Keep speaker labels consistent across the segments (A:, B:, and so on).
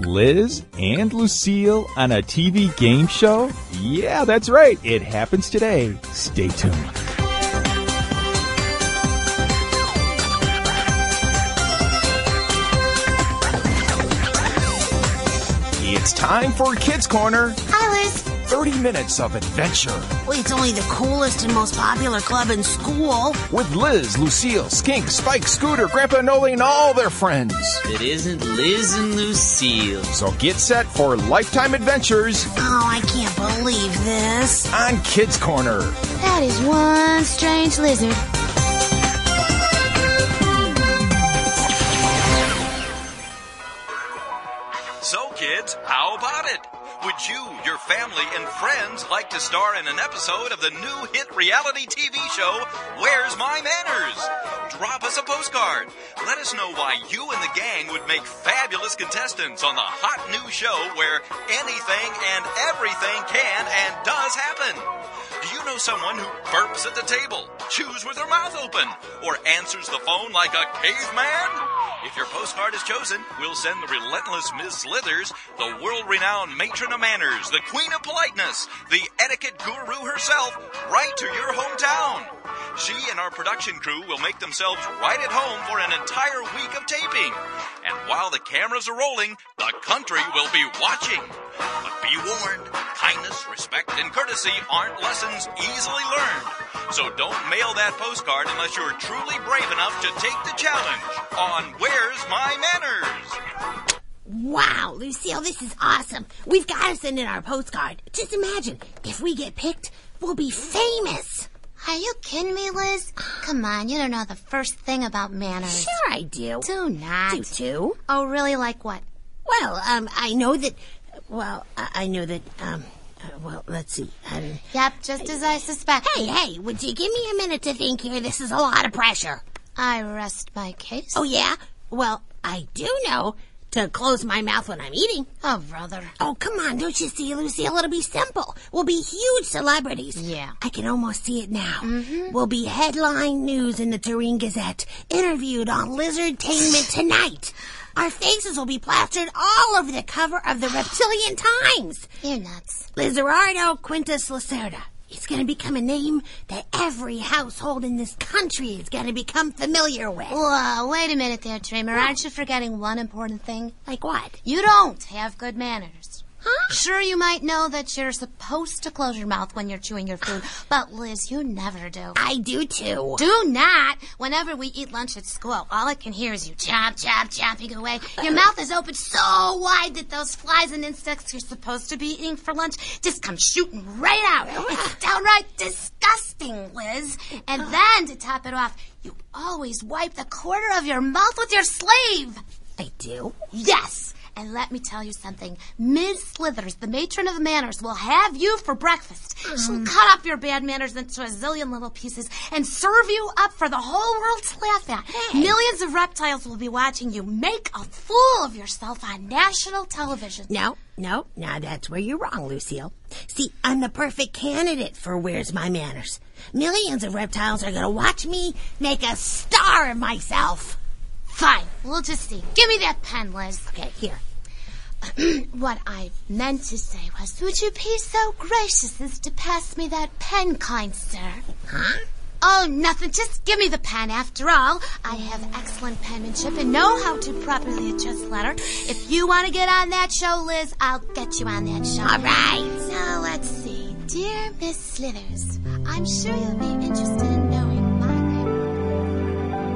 A: Liz and Lucille on a TV game show? Yeah, that's right. It happens today. Stay tuned.
B: It's time for Kids Corner
C: Hi, Liz.
B: 30 minutes of adventure
C: Well, it's only the coolest and most popular club in school. Oh,
B: with Liz, Lucille, Skink, Spike, Scooter, Grandpa Noli, and all their friends.
D: It isn't Liz and Lucille.
B: So get set for lifetime adventures
C: Oh, I can't believe this.
B: on Kids Corner.
C: That is one strange lizard.
E: So, kids, how about it? Would you, your family, and friends like to star in an episode of the new hit reality TV show, Where's My Manners? Drop us a postcard. Let us know why you and the gang would make fabulous contestants on the hot new show where anything and everything can and does happen. Do you know someone who burps at the table, chews with their mouth open, or answers the phone like a caveman? If your postcard is chosen, we'll send the relentless Miss Slithers, the world renowned matron of manners, the queen of politeness, the etiquette guru herself, right to your hometown. She and our production crew will make themselves right at home for an entire week of taping. And while the cameras are rolling, the country will be watching. But be warned, kindness, respect, and courtesy aren't lessons easily learned. So don't mail that postcard unless you're truly brave enough to take the challenge on Where's My Manners?
C: Wow, Lucille, this is awesome. We've got to send in our postcard. Just imagine, if we get picked, we'll be famous.
F: Are you kidding me, Liz? Come on, you don't know the first thing about manners.
C: Sure, I do.
F: Do not.
C: Do too.
F: Oh, really? Like what?
C: Well, um, I know that. Well, I, I know that. Um, uh, well, let's see. I don't-
F: Yep, just as I suspected.
C: hey, hey, would you give me a minute to think here? This is a lot of pressure.
F: I rest my case.
C: Oh yeah. Well, I do know to close my mouth when I'm eating.
F: Oh, brother.
C: Oh, come on, don't you see, Lucille? It'll be simple. We'll be huge celebrities.
F: Yeah.
C: I can almost see it now. We'll be headline news in the Turin Gazette, interviewed on Lizardtainment Tonight. Our faces will be plastered all over the cover of the Reptilian Times.
F: You're nuts.
C: Lizardo Quintus Lacerda. It's going to become a name that every household in this country is going to become familiar with.
F: Whoa, wait a minute there, Dreamer. Aren't you forgetting one important thing?
C: Like what?
F: You don't have good manners.
C: Huh?
F: Sure, you might know that you're supposed to close your mouth when you're chewing your food, but Liz, you never do.
C: I do too.
F: Do not. Whenever we eat lunch at school, all I can hear is you chop, chop, chopping away. Your mouth is open so wide that those flies and insects you're supposed to be eating for lunch just come shooting right out. It's downright disgusting, Liz. And then to top it off, you always wipe the corner of your mouth with your sleeve.
C: I do.
F: Yes. And let me tell you something. Ms. Slithers, the matron of manners, will have you for breakfast. She'll cut up your bad manners into a zillion little pieces and serve you up for the whole world to laugh at. Millions of reptiles will be watching you make a fool of yourself on national television.
C: No, no, now that's where you're wrong, Lucille. See, I'm the perfect candidate for Where's My Manners. Millions of reptiles are gonna watch me make a star of myself.
F: Fine, we'll just see. Give me that pen, Liz.
C: Okay, here.
F: What I meant to say was, would you be so gracious as to pass me that pen, kind sir?
C: Huh?
F: Oh, nothing. Just give me the pen. After all, I have excellent penmanship and know how to properly adjust letter. If you want to get on that show, Liz, I'll get you on that show.
C: All right.
F: So let's see. Dear Miss Slithers, I'm sure you'll be interested in knowing my name.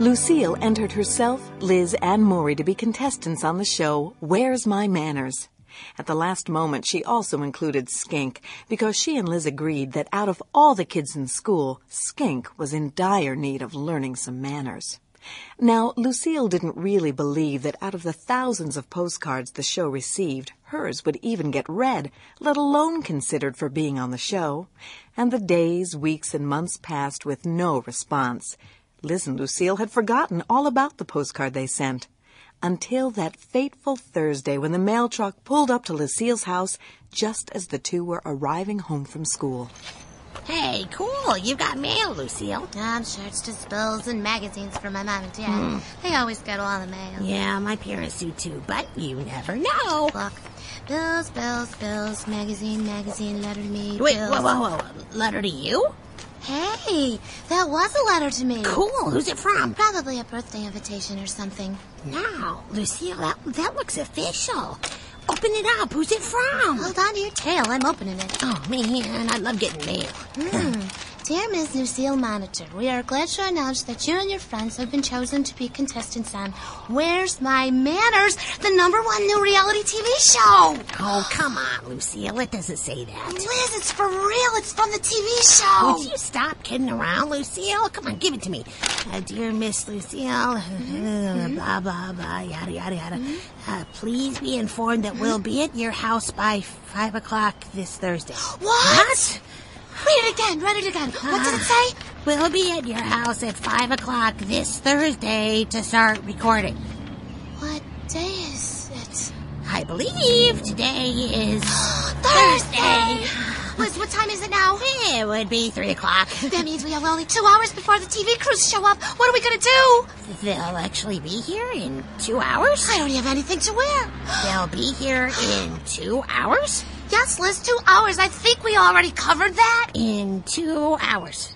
G: Lucille entered herself, Liz, and Maury to be contestants on the show Where's My Manners? At the last moment, she also included Skink because she and Liz agreed that out of all the kids in school, Skink was in dire need of learning some manners. Now, Lucille didn't really believe that out of the thousands of postcards the show received, hers would even get read, let alone considered for being on the show. And the days, weeks, and months passed with no response. Liz and Lucille had forgotten all about the postcard they sent. Until that fateful Thursday when the mail truck pulled up to Lucille's house just as the two were arriving home from school.
C: Hey, cool. You've got mail, Lucille.
F: Um, shirts, just bills, and magazines for my mom and dad. They always get all the mail.
C: Hmm. Yeah, my parents do too, but you never know.
F: Look, bills, bills, bills, magazine, magazine, letter to me.
C: Wait,
F: bills.
C: whoa, whoa, whoa. Letter to you?
F: Hey, that was a letter to me.
C: Cool. Who's it from?
F: Probably a birthday invitation or something.
C: Now, Lucille, that, that looks official. Open it up. Who's it from?
F: Hold on to your tail. I'm opening it.
C: Oh, man, I love getting mail.
F: Dear Ms. Lucille Monitor, we are glad to announce that you and your friends have been chosen to be contestants on Where's My Manners, the number one new reality TV show.
C: Oh, come on, Lucille. It doesn't say that.
F: Liz, it's for real. It's from the TV show.
C: Would you stop kidding around, Lucille? Come on, give it to me. Uh, dear Miss Lucille,
F: Mm-hmm.
C: blah, blah, blah, yada, yada, yada. Uh, please be informed that we'll be at your house by 5 o'clock this Thursday.
F: What? Uh-huh. Read it again. Read it again. What did it say?
C: We'll be at your house at 5 o'clock this Thursday to start recording.
F: What day is it?
C: I believe today is
F: Thursday. Liz, what time is it now?
C: it would be three o'clock.
F: That means we have only two hours before the TV crews show up. What are we gonna do?
C: They'll actually be here in two hours.
F: I don't have anything to wear.
C: They'll be here in two hours.
F: Yes, Liz, two hours. I think we already covered that.
C: In two hours.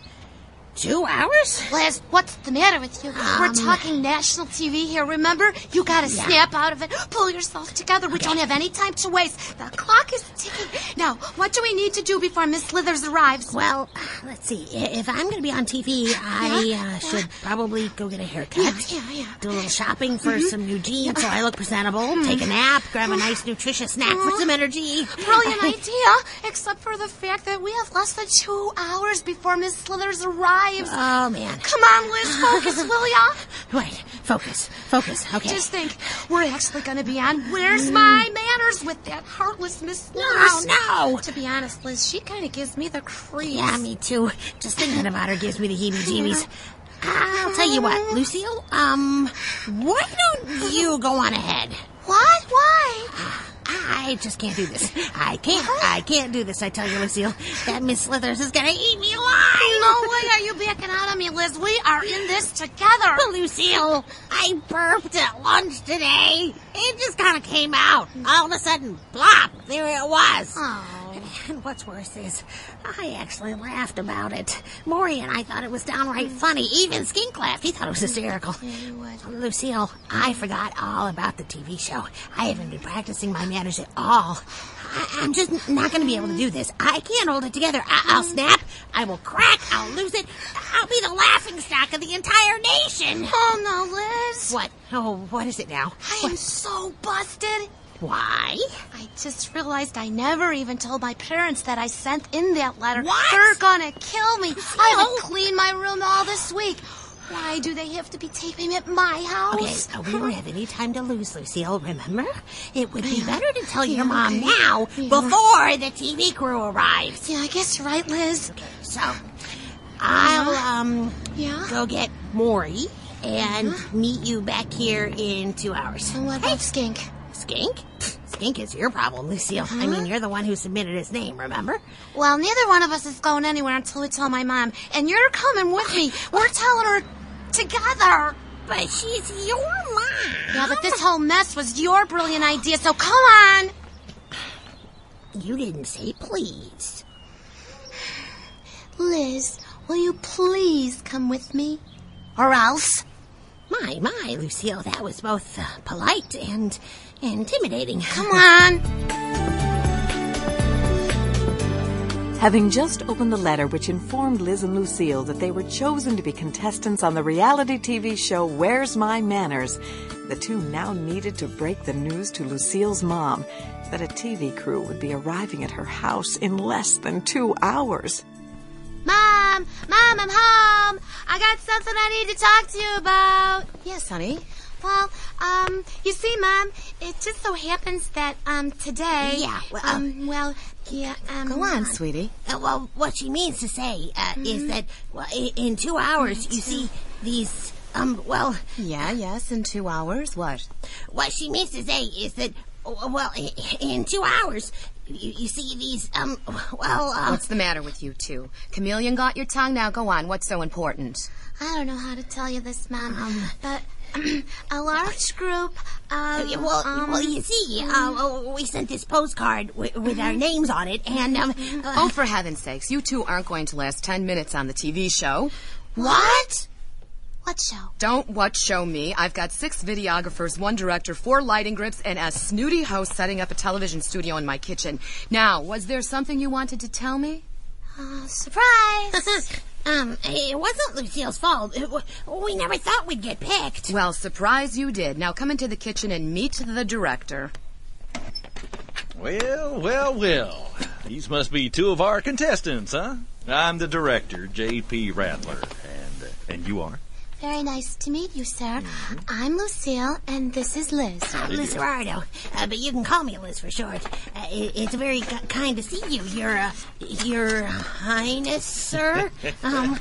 C: Two hours?
F: Liz, what's the matter with you?
C: Um,
F: We're talking national TV here, remember? You gotta snap out of it. Pull yourself together. We don't have any time to waste. The clock is ticking. Now, what do we need to do before Miss Slithers arrives?
C: Well, let's see. I- If I'm going to be on TV, I uh, should probably go get a haircut.
F: yeah, yeah. Mm-hmm. Hmm.
C: Do a little shopping for some new jeans so I look presentable. Take a nap, grab a nice nutritious snack for some energy.
F: Brilliant idea, except for the fact that we have less than two hours before Miss Slithers arrives.
C: Oh, man.
F: Come on, Liz, focus, will ya?
C: Wait, focus, focus. Okay.
F: Just think, we're actually gonna be on Where's My Manners with that heartless Miss Slithers.
C: Mm. no.
F: To be honest, Liz, she kinda gives me the creeps.
C: Yeah, me too. Just thinking about her gives me the heebie-jeebies. I'll tell you what, Lucille. Um, why don't you go on ahead?
F: What? Why?
C: I just can't do this. I can't. I can't do this. I tell you, Lucille. That Miss Slithers is gonna eat me alive.
F: No way are you backing out on me, Liz. We are in this together.
C: Well, Lucille, I burped at lunch today. It just kind of came out. All of a sudden, plop, there it was.
F: Oh.
C: And what's worse is, I actually laughed about it. Maury and I thought it was downright
F: Mm.
C: funny. Even Skink laughed. He thought it was hysterical. Lucille, I forgot all about the TV show. I haven't been practicing my manners at all. I- I'm just not going to be able to do this. I can't hold it together. I- I'll
F: Mm.
C: snap. I will crack. I'll lose it. I'll be the laughing stock of the entire nation.
F: Oh, no, Liz.
C: What? Oh, what is it now?
F: I am so busted.
C: Why?
F: I just realized I never even told my parents that I sent in that letter.
C: What?
F: They're gonna kill me. I
C: No.
F: haven't cleaned my room all this week. Why do they have to be taping at my
C: Okay,
F: house?
C: uh, we don't have any time to lose, Lucille, remember? It would be better to tell your mom now before the TV crew arrives.
F: Yeah, I guess you're right, Liz.
C: So, I'll um
F: Yeah?
C: go get Maury and meet you back here in two hours.
F: And what about Skink?
C: Skink? Skink is your problem, Lucille. I mean, you're the one who submitted his name, remember?
F: Well, neither one of us is going anywhere until we tell my mom. And you're coming with me. We're telling her together.
C: But she's your mom.
F: Yeah, but this whole mess was your brilliant idea, so come on.
C: You didn't say please.
F: Liz, will you please come with me? Or else?
C: My, my, Lucille, that was both uh, polite and intimidating.
F: Come on.
G: Having just opened the letter which informed Liz and Lucille that they were chosen to be contestants on the reality TV show Where's My Manners, the two now needed to break the news to Lucille's mom that a TV crew would be arriving at her house in less than two hours.
F: Mom, Mom, I'm home. I got something I need to talk to you about. Yes, honey. Well, um, you see, Mom, it just so happens that, um, today.
C: Yeah, well,
F: um, well, yeah, um. Go
H: sweetie.
C: Uh, well, what she means to say uh,
H: Mm-hmm.
C: is that well, i- in two hours, you see these. Um. Well,
H: Yeah, yes, in two hours. What?
C: what she means to say is that Oh, Well, i- in two hours, you, you see these, um, well, uh,
H: What's the matter with you two? Chameleon got your tongue. Now go on. What's so important?
F: I don't know how to tell you this, Mom,
C: Um.
F: but a large group of um,
C: Yeah, Well, well, you see,
H: Mm-hmm.
C: uh, oh, we sent this postcard wi with our names on it, and um,
H: Oh, for heaven's sakes, you two aren't going to last ten minutes on the TV show.
C: what?
F: what show?
H: Don't what show me. I've got six videographers, one director, four lighting grips, and a snooty host setting up a television studio in my kitchen. Now, was there something you wanted to tell me?
F: Uh,
H: Oh.
F: surprise!
C: um, it wasn't Lucille's fault. It wa- we never thought we'd get picked.
H: Well, surprise you did. Now come into the kitchen and meet the director.
E: Well, well, well. These must be two of our contestants, huh? I'm the director, J.P. Rattler, and uh, and you are.
F: Very nice to meet you, sir. I'm Lucille, and this is Liz.
C: Liz Gerardo, uh, but you can call me Liz for short. Uh, it, it's very k- kind to see you, Your uh, Your Highness, sir. Um,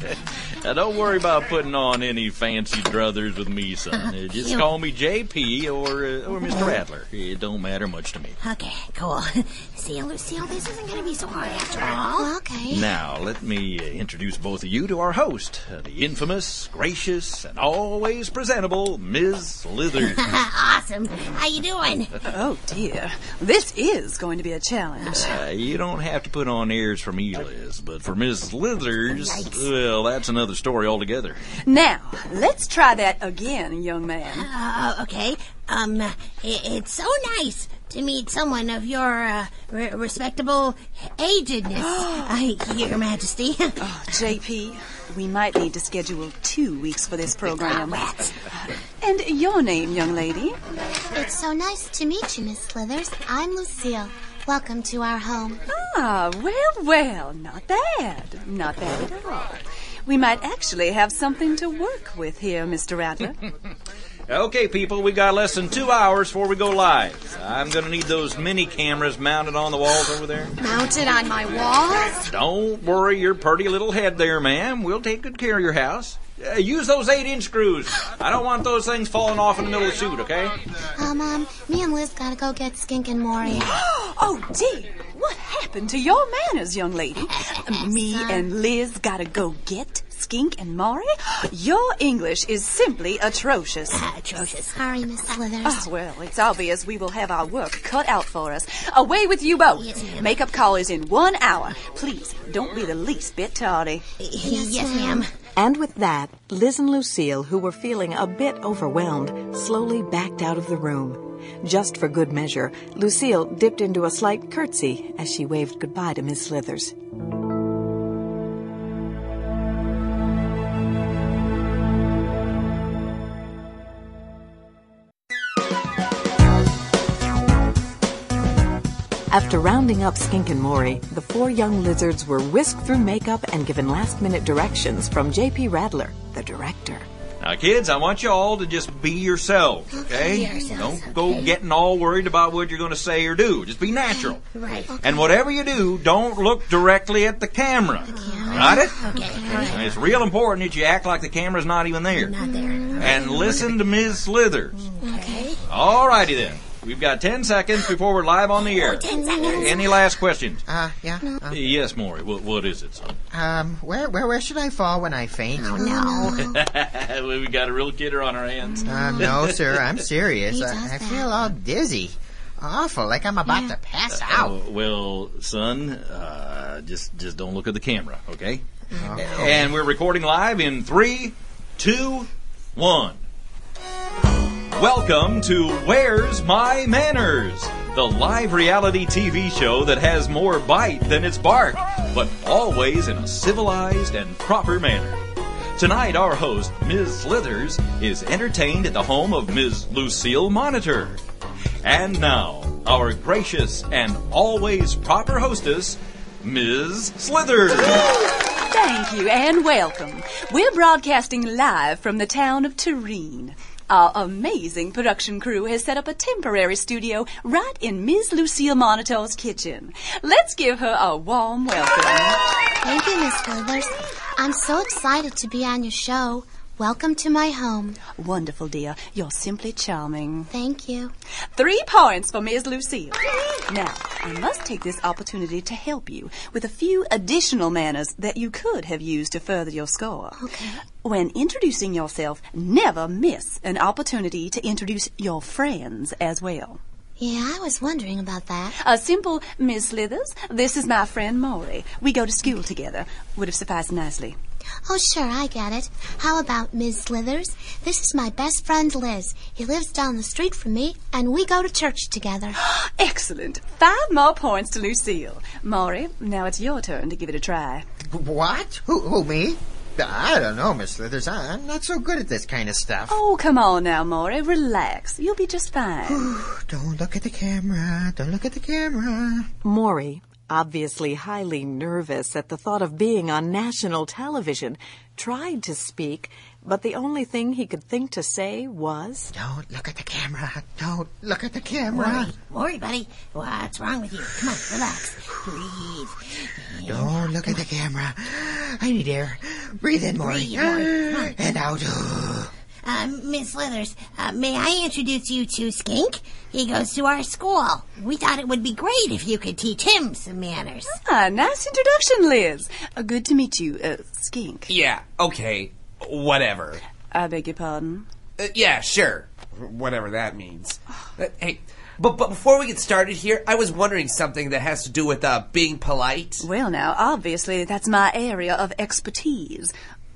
E: Now, don't worry about putting on any fancy druthers with me, son. Uh, Just call me J.P. or uh, or Mr. Rattler. It don't matter much to me.
C: okay, cool. See, Lucille, this isn't going to be so hard after all.
F: Well, okay.
E: Now, let me uh, introduce both of you to our host, uh, the infamous, gracious, and always presentable Ms. Slithers.
C: awesome. How you doing?
G: Oh dear. This is going to be a challenge.
E: Uh, you don't have to put on airs for me, Liz, but for Ms. Slithers, well, that's another story altogether.
G: Now, let's try that again, young man.
C: Uh, okay. Um, i it's so nice to meet someone of your uh, re- respectable agedness, uh, Your Majesty.
G: Oh, JP, we might need to schedule two weeks for this program.
C: Rats.
G: And your name, young lady?
F: It's so nice to meet you, Miss Slithers. I'm Lucille. Welcome to our home.
G: Ah, well, well, not bad. Not bad at all. We might actually have something to work with here, Mr. Rattler.
E: Okay, people, we got less than two hours before we go live. I'm going to need those mini cameras mounted on the walls over there.
H: Mounted on my walls?
E: Don't worry your pretty little head there, ma'am. We'll take good care of your house. Uh, use those eight inch screws. I don't want those things falling off in the middle of the shoot, okay?
F: Uh, Mom, me and Liz gotta go get Skink and Maury.
G: oh, dear. What happened to your manners, young lady? Me and Liz gotta go get Skink and Maury? Your English is simply atrocious.
C: Atrocious.
F: Sorry, Miss Slithers.
G: Oh, well, it's obvious we will have our work cut out for us. Away with you both. Makeup call is in one hour. Please, don't be the least bit tardy.
C: Yes, ma'am.
I: And with that, Liz and Lucille, who were feeling a bit overwhelmed, slowly backed out of the room. Just for good measure, Lucille dipped into a slight curtsy as she waved goodbye to Miss Slithers. After rounding up Skink and Maury, the four young lizards were whisked through makeup and given last minute directions from J.P. Radler, the director.
E: Now, kids, I want you all to just be yourselves, okay? Don't go getting all worried about what you're going to say or do. Just be natural.
C: Right.
E: And whatever you do, don't look directly at the camera. Got it? And it's real important that you act like the camera's not even there. Not there. And listen to Ms. Slithers.
C: Okay.
E: All righty then. We've got 10 seconds before we're live on the air.
C: Ten seconds.
E: Any last questions?
J: Uh, yeah. Uh,
E: yes, Maury. What, what is it,
K: Uh,
E: son?
J: um, where, where, where should I fall when I faint?
C: No.
E: we got a real kidder on our hands.
J: Um, no, sir, I'm serious. I, I feel all dizzy. Awful, like I'm about to pass out.
E: Oh, well, son, uh, just just don't look at the camera, okay? And we're recording live in three, two, one. Welcome to Where's My Manners, the live reality TV show that has more bite than its bark, but always in a civilized and proper manner. Tonight, our host, Ms. Slithers, is entertained at the home of Ms. Lucille Monitor. And now, our gracious and always proper hostess, Ms. Slithers.
G: Thank you and welcome. We're broadcasting live from the town of Turin. Our amazing production crew has set up a temporary studio right in Miss Lucille Monitor's kitchen. Let's give her a warm welcome.
F: Thank you, Miss Slithers. I'm so excited to be on your show. Welcome to my home.
L: Wonderful, dear. You're simply charming.
F: Thank you.
L: Three points for Ms. Lucille. Now, I must take this opportunity to help you with a few additional manners that you could have used to further your score.
F: Okay.
L: When introducing yourself, never miss an opportunity to introduce your friends as well.
F: Yeah, I was wondering about that.
L: A simple Miss Slithers, this is my friend Molly. We go to school together. Would have sufficed nicely.
F: Oh, sure, I get it. How about Ms. Slithers? This is my best friend, Liz. He lives down the street from me, and we go to church together.
L: Excellent. Five more points to Lucille. Maury, now it's your turn to give it a try.
J: What? Who, who me? I don't know, Miss Slithers. I, I'm not so good at this kind of stuff.
L: Oh, come on now, Maury. Relax. You'll be just fine.
J: Don't look at the camera. Don't look at the camera.
G: Maury, obviously highly nervous at the thought of being on national television, tried to speak, but the only thing he could think to say was,
J: Don't look at the camera. Don't look at the camera.
C: Worry, buddy. What's wrong with you? Come on, relax. Breathe.
J: Don't look at the camera. I need air. Breathe in, Maury.
C: Breathe, Maury. Come on.
J: And out.
C: Uh, Miss Slithers, uh, may I introduce you to Skink? He goes to our school. We thought it would be great if you could teach him some manners.
L: Ah, nice introduction, Liz. Uh, good to meet you, uh, Skink.
K: Yeah, okay. Whatever.
L: I beg your pardon.
K: Uh, yeah, sure. Whatever that means. Uh, hey, but, but before we get started here, I was wondering something that has to do with uh, being polite.
L: Well, now, obviously, that's my area of expertise.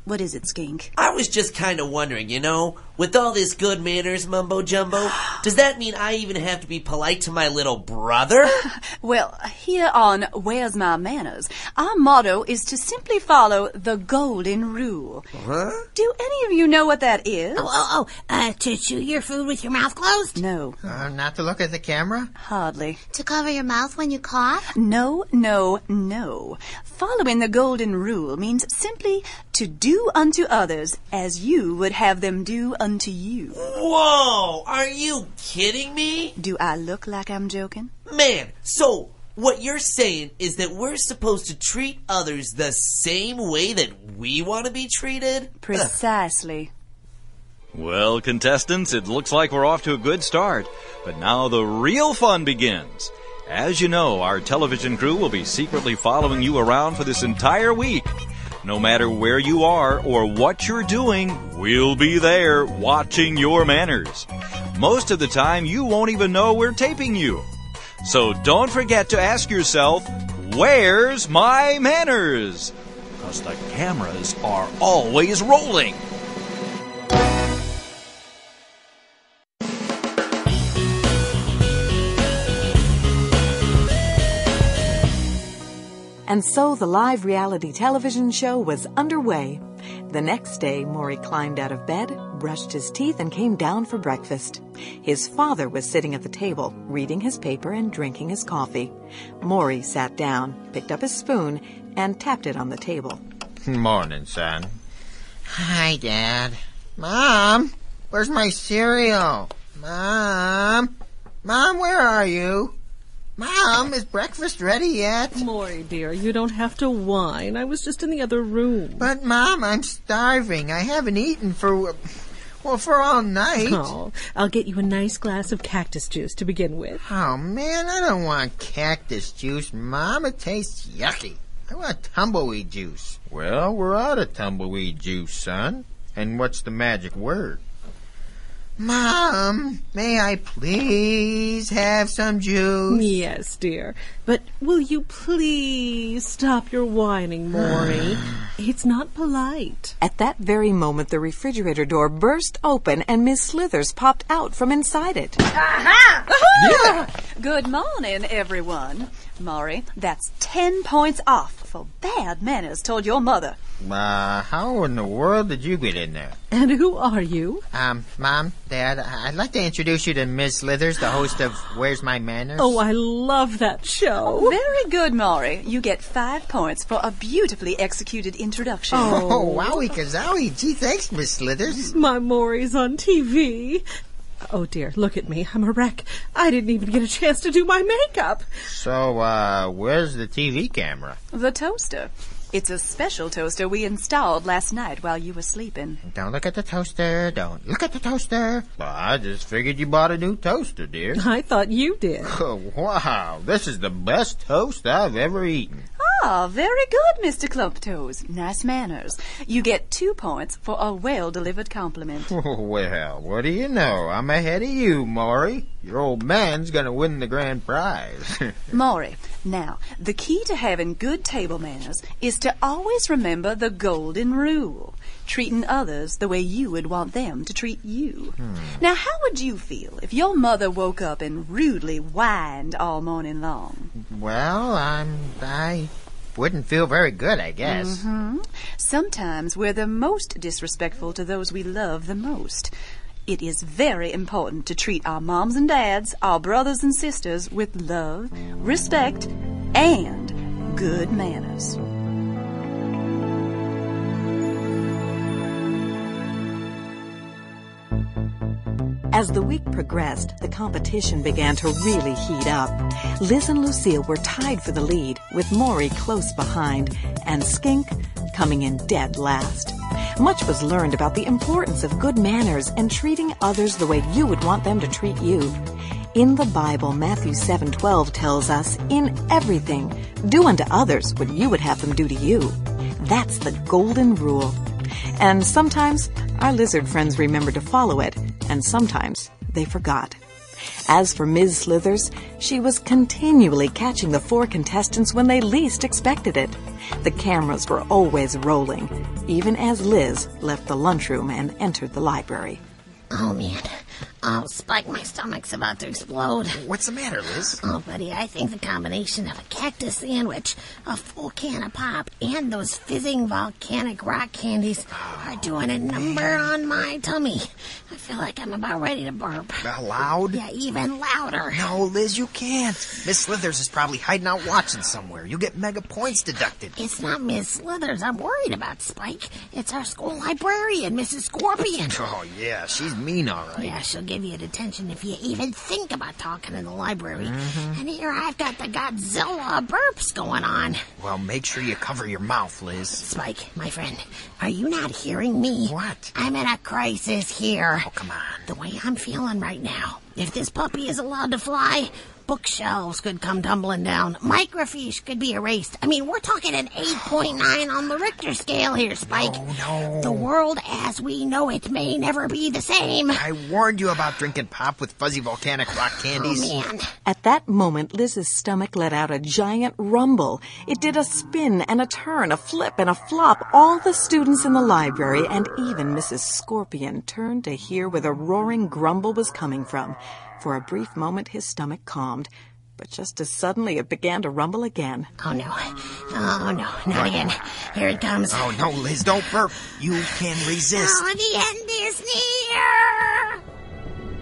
L: What is it, Skink?
K: I was just kind of wondering, you know, with all this good manners mumbo jumbo, does that mean I even have to be polite to my little brother?
L: Well, here on Where's My Manners, our motto is to simply follow the golden rule.
K: Huh?
L: Do any of you know what that is?
C: Oh, oh, oh, uh, to chew your food with your mouth closed?
L: No,
J: Uh, not to look at the camera?
L: hardly.
F: To cover your mouth when you cough?
L: No, no, no. Following the golden rule means simply to do unto others as you would have them do unto you.
K: Whoa! Are you kidding me?
L: Do I look like I'm joking?
K: Man, so what you're saying is that we're supposed to treat others the same way that we want to be treated?
L: Precisely.
M: Well, contestants, it looks like we're off to a good start. But now the real fun begins. As you know, our television crew will be secretly following you around for this entire week. No matter where you are or what you're doing, we'll be there watching your manners. Most of the time, you won't even know we're taping you. So don't forget to ask yourself, where's my manners? Because the cameras are always rolling.
G: And so the live reality television show was underway. The next day, Maury climbed out of bed, brushed his teeth, and came down for breakfast. His father was sitting at the table, reading his paper and drinking his coffee. Maury sat down, picked up his spoon, and tapped it on the table.
J: Morning, son. Hi, Dad. Mom, where's my cereal? Mom, Mom, where are you? Mom, is breakfast ready yet?
N: Maury, dear, you don't have to whine. I was just in the other room.
J: But Mom, I'm starving. I haven't eaten for well for all night.
N: Oh, I'll get you a nice glass of cactus juice to begin with.
J: Oh man, I don't want cactus juice, Mom. It tastes yucky. I want tumbleweed juice. Well, we're out of tumbleweed juice, son. And what's the magic word? Mom, may I please have some juice?
N: Yes, dear. But will you please stop your whining, Maury? it's not polite.
G: At that very moment, the refrigerator door burst open and Miss Slithers popped out from inside it.
L: Good morning, everyone. Maury, that's ten points off for bad manners toward your mother.
J: Uh, how in the world did you get in there?
N: And who are you?
J: Um, Mom, Dad, I- I'd like to introduce you to Ms. Slithers, the host of Where's My Manners?
N: Oh, I love that show.
L: Very good, Maury. You get five points for a beautifully executed introduction.
J: Oh, wowie kazowie. Gee, thanks, Miss Slithers.
N: My Maury's on TV. Oh dear, look at me. I'm a wreck. I didn't even get a chance to do my makeup.
J: So, uh, where's the TV camera?
L: The toaster. It's a special toaster we installed last night while you were sleeping.
J: Don't look at the toaster. Don't look at the toaster. Well, I just figured you bought a new toaster, dear.
N: I thought you did.
J: Oh, wow. This is the best toast I've ever eaten.
L: Ah, very good, Mr. Clumptoes. Nice manners. You get two points for a well-delivered compliment.
J: Well, what do you know? I'm ahead of you, Maury. Your old man's gonna win the grand prize.
L: Maury, now, the key to having good table manners is to always remember the golden rule. Treating others the way you would want them to treat you. Now, how would you feel if your mother woke up and rudely whined all morning long?
J: well, I'm. I wouldn't feel very good, I guess.
L: hmm Sometimes we're the most disrespectful to those we love the most. It is very important to treat our moms and dads, our brothers and sisters with love, respect, and good manners.
G: As the week progressed, the competition began to really heat up. Liz and Lucille were tied for the lead, with Maury close behind, and Skink coming in dead last. Much was learned about the importance of good manners and treating others the way you would want them to treat you. In the Bible, Matthew 7:12 tells us, "In everything, do unto others what you would have them do to you." That's the golden rule. And sometimes our lizard friends remembered to follow it, and sometimes they forgot. As for Ms. Slithers, she was continually catching the four contestants when they least expected it. The cameras were always rolling, even as Liz left the lunchroom and entered the library.
C: Oh, man. Oh, Spike, my stomach's about to explode.
B: What's the matter, Liz?
C: Oh, buddy, I think the combination of a cactus sandwich, a full can of pop, and those fizzing volcanic rock candies are doing a number
B: Oh,
C: on my tummy. I feel like I'm about ready to burp.
B: Loud?
C: Yeah, even louder.
B: No, Liz, you can't. Miss Slithers is probably hiding out watching somewhere. You'll get mega points deducted.
C: It's not Miss Slithers I'm worried about, Spike. It's our school librarian, Mrs. Scorpion.
B: Oh, yeah, she's mean, all right.
C: Oh, Yeah, she'll give you detention if you even think about talking in the library.
B: Mm-hmm.
C: And here I've got the Godzilla burps going on.
B: Well, make sure you cover your mouth, Liz.
C: Spike, my friend, are you not hearing me?
B: What?
C: I'm in a crisis here.
B: Oh, come on.
C: The way I'm feeling right now, if this puppy is allowed to fly, bookshelves could come tumbling down. Microfiche could be erased. I mean, we're talking an 8.9 on the Richter scale here, Spike.
B: No.
C: The world as we know it may never be the same.
B: I warned you about drinking pop with fuzzy volcanic rock candies.
C: Oh, man.
G: At that moment, Liz's stomach let out a giant rumble. It did a spin and a turn, a flip and a flop. All the students in the library and even Mrs. Scorpion turned to hear where the roaring grumble was coming from. For a brief moment, his stomach calmed, but just as suddenly it began to rumble again.
C: Oh, no. Oh, no. Not again. Here it comes.
B: Oh, no, Liz, don't burp. You can resist.
C: Oh, the end is near.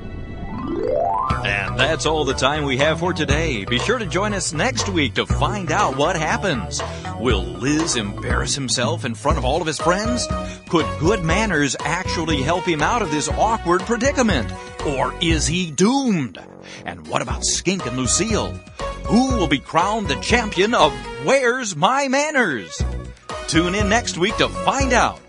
M: And that's all the time we have for today. Be sure to join us next week to find out what happens. Will Liz embarrass himself in front of all of his friends? Could good manners actually help him out of this awkward predicament? Or is he doomed? And what about Skink and Lucille? Who will be crowned the champion of Where's My Manners? Tune in next week to find out.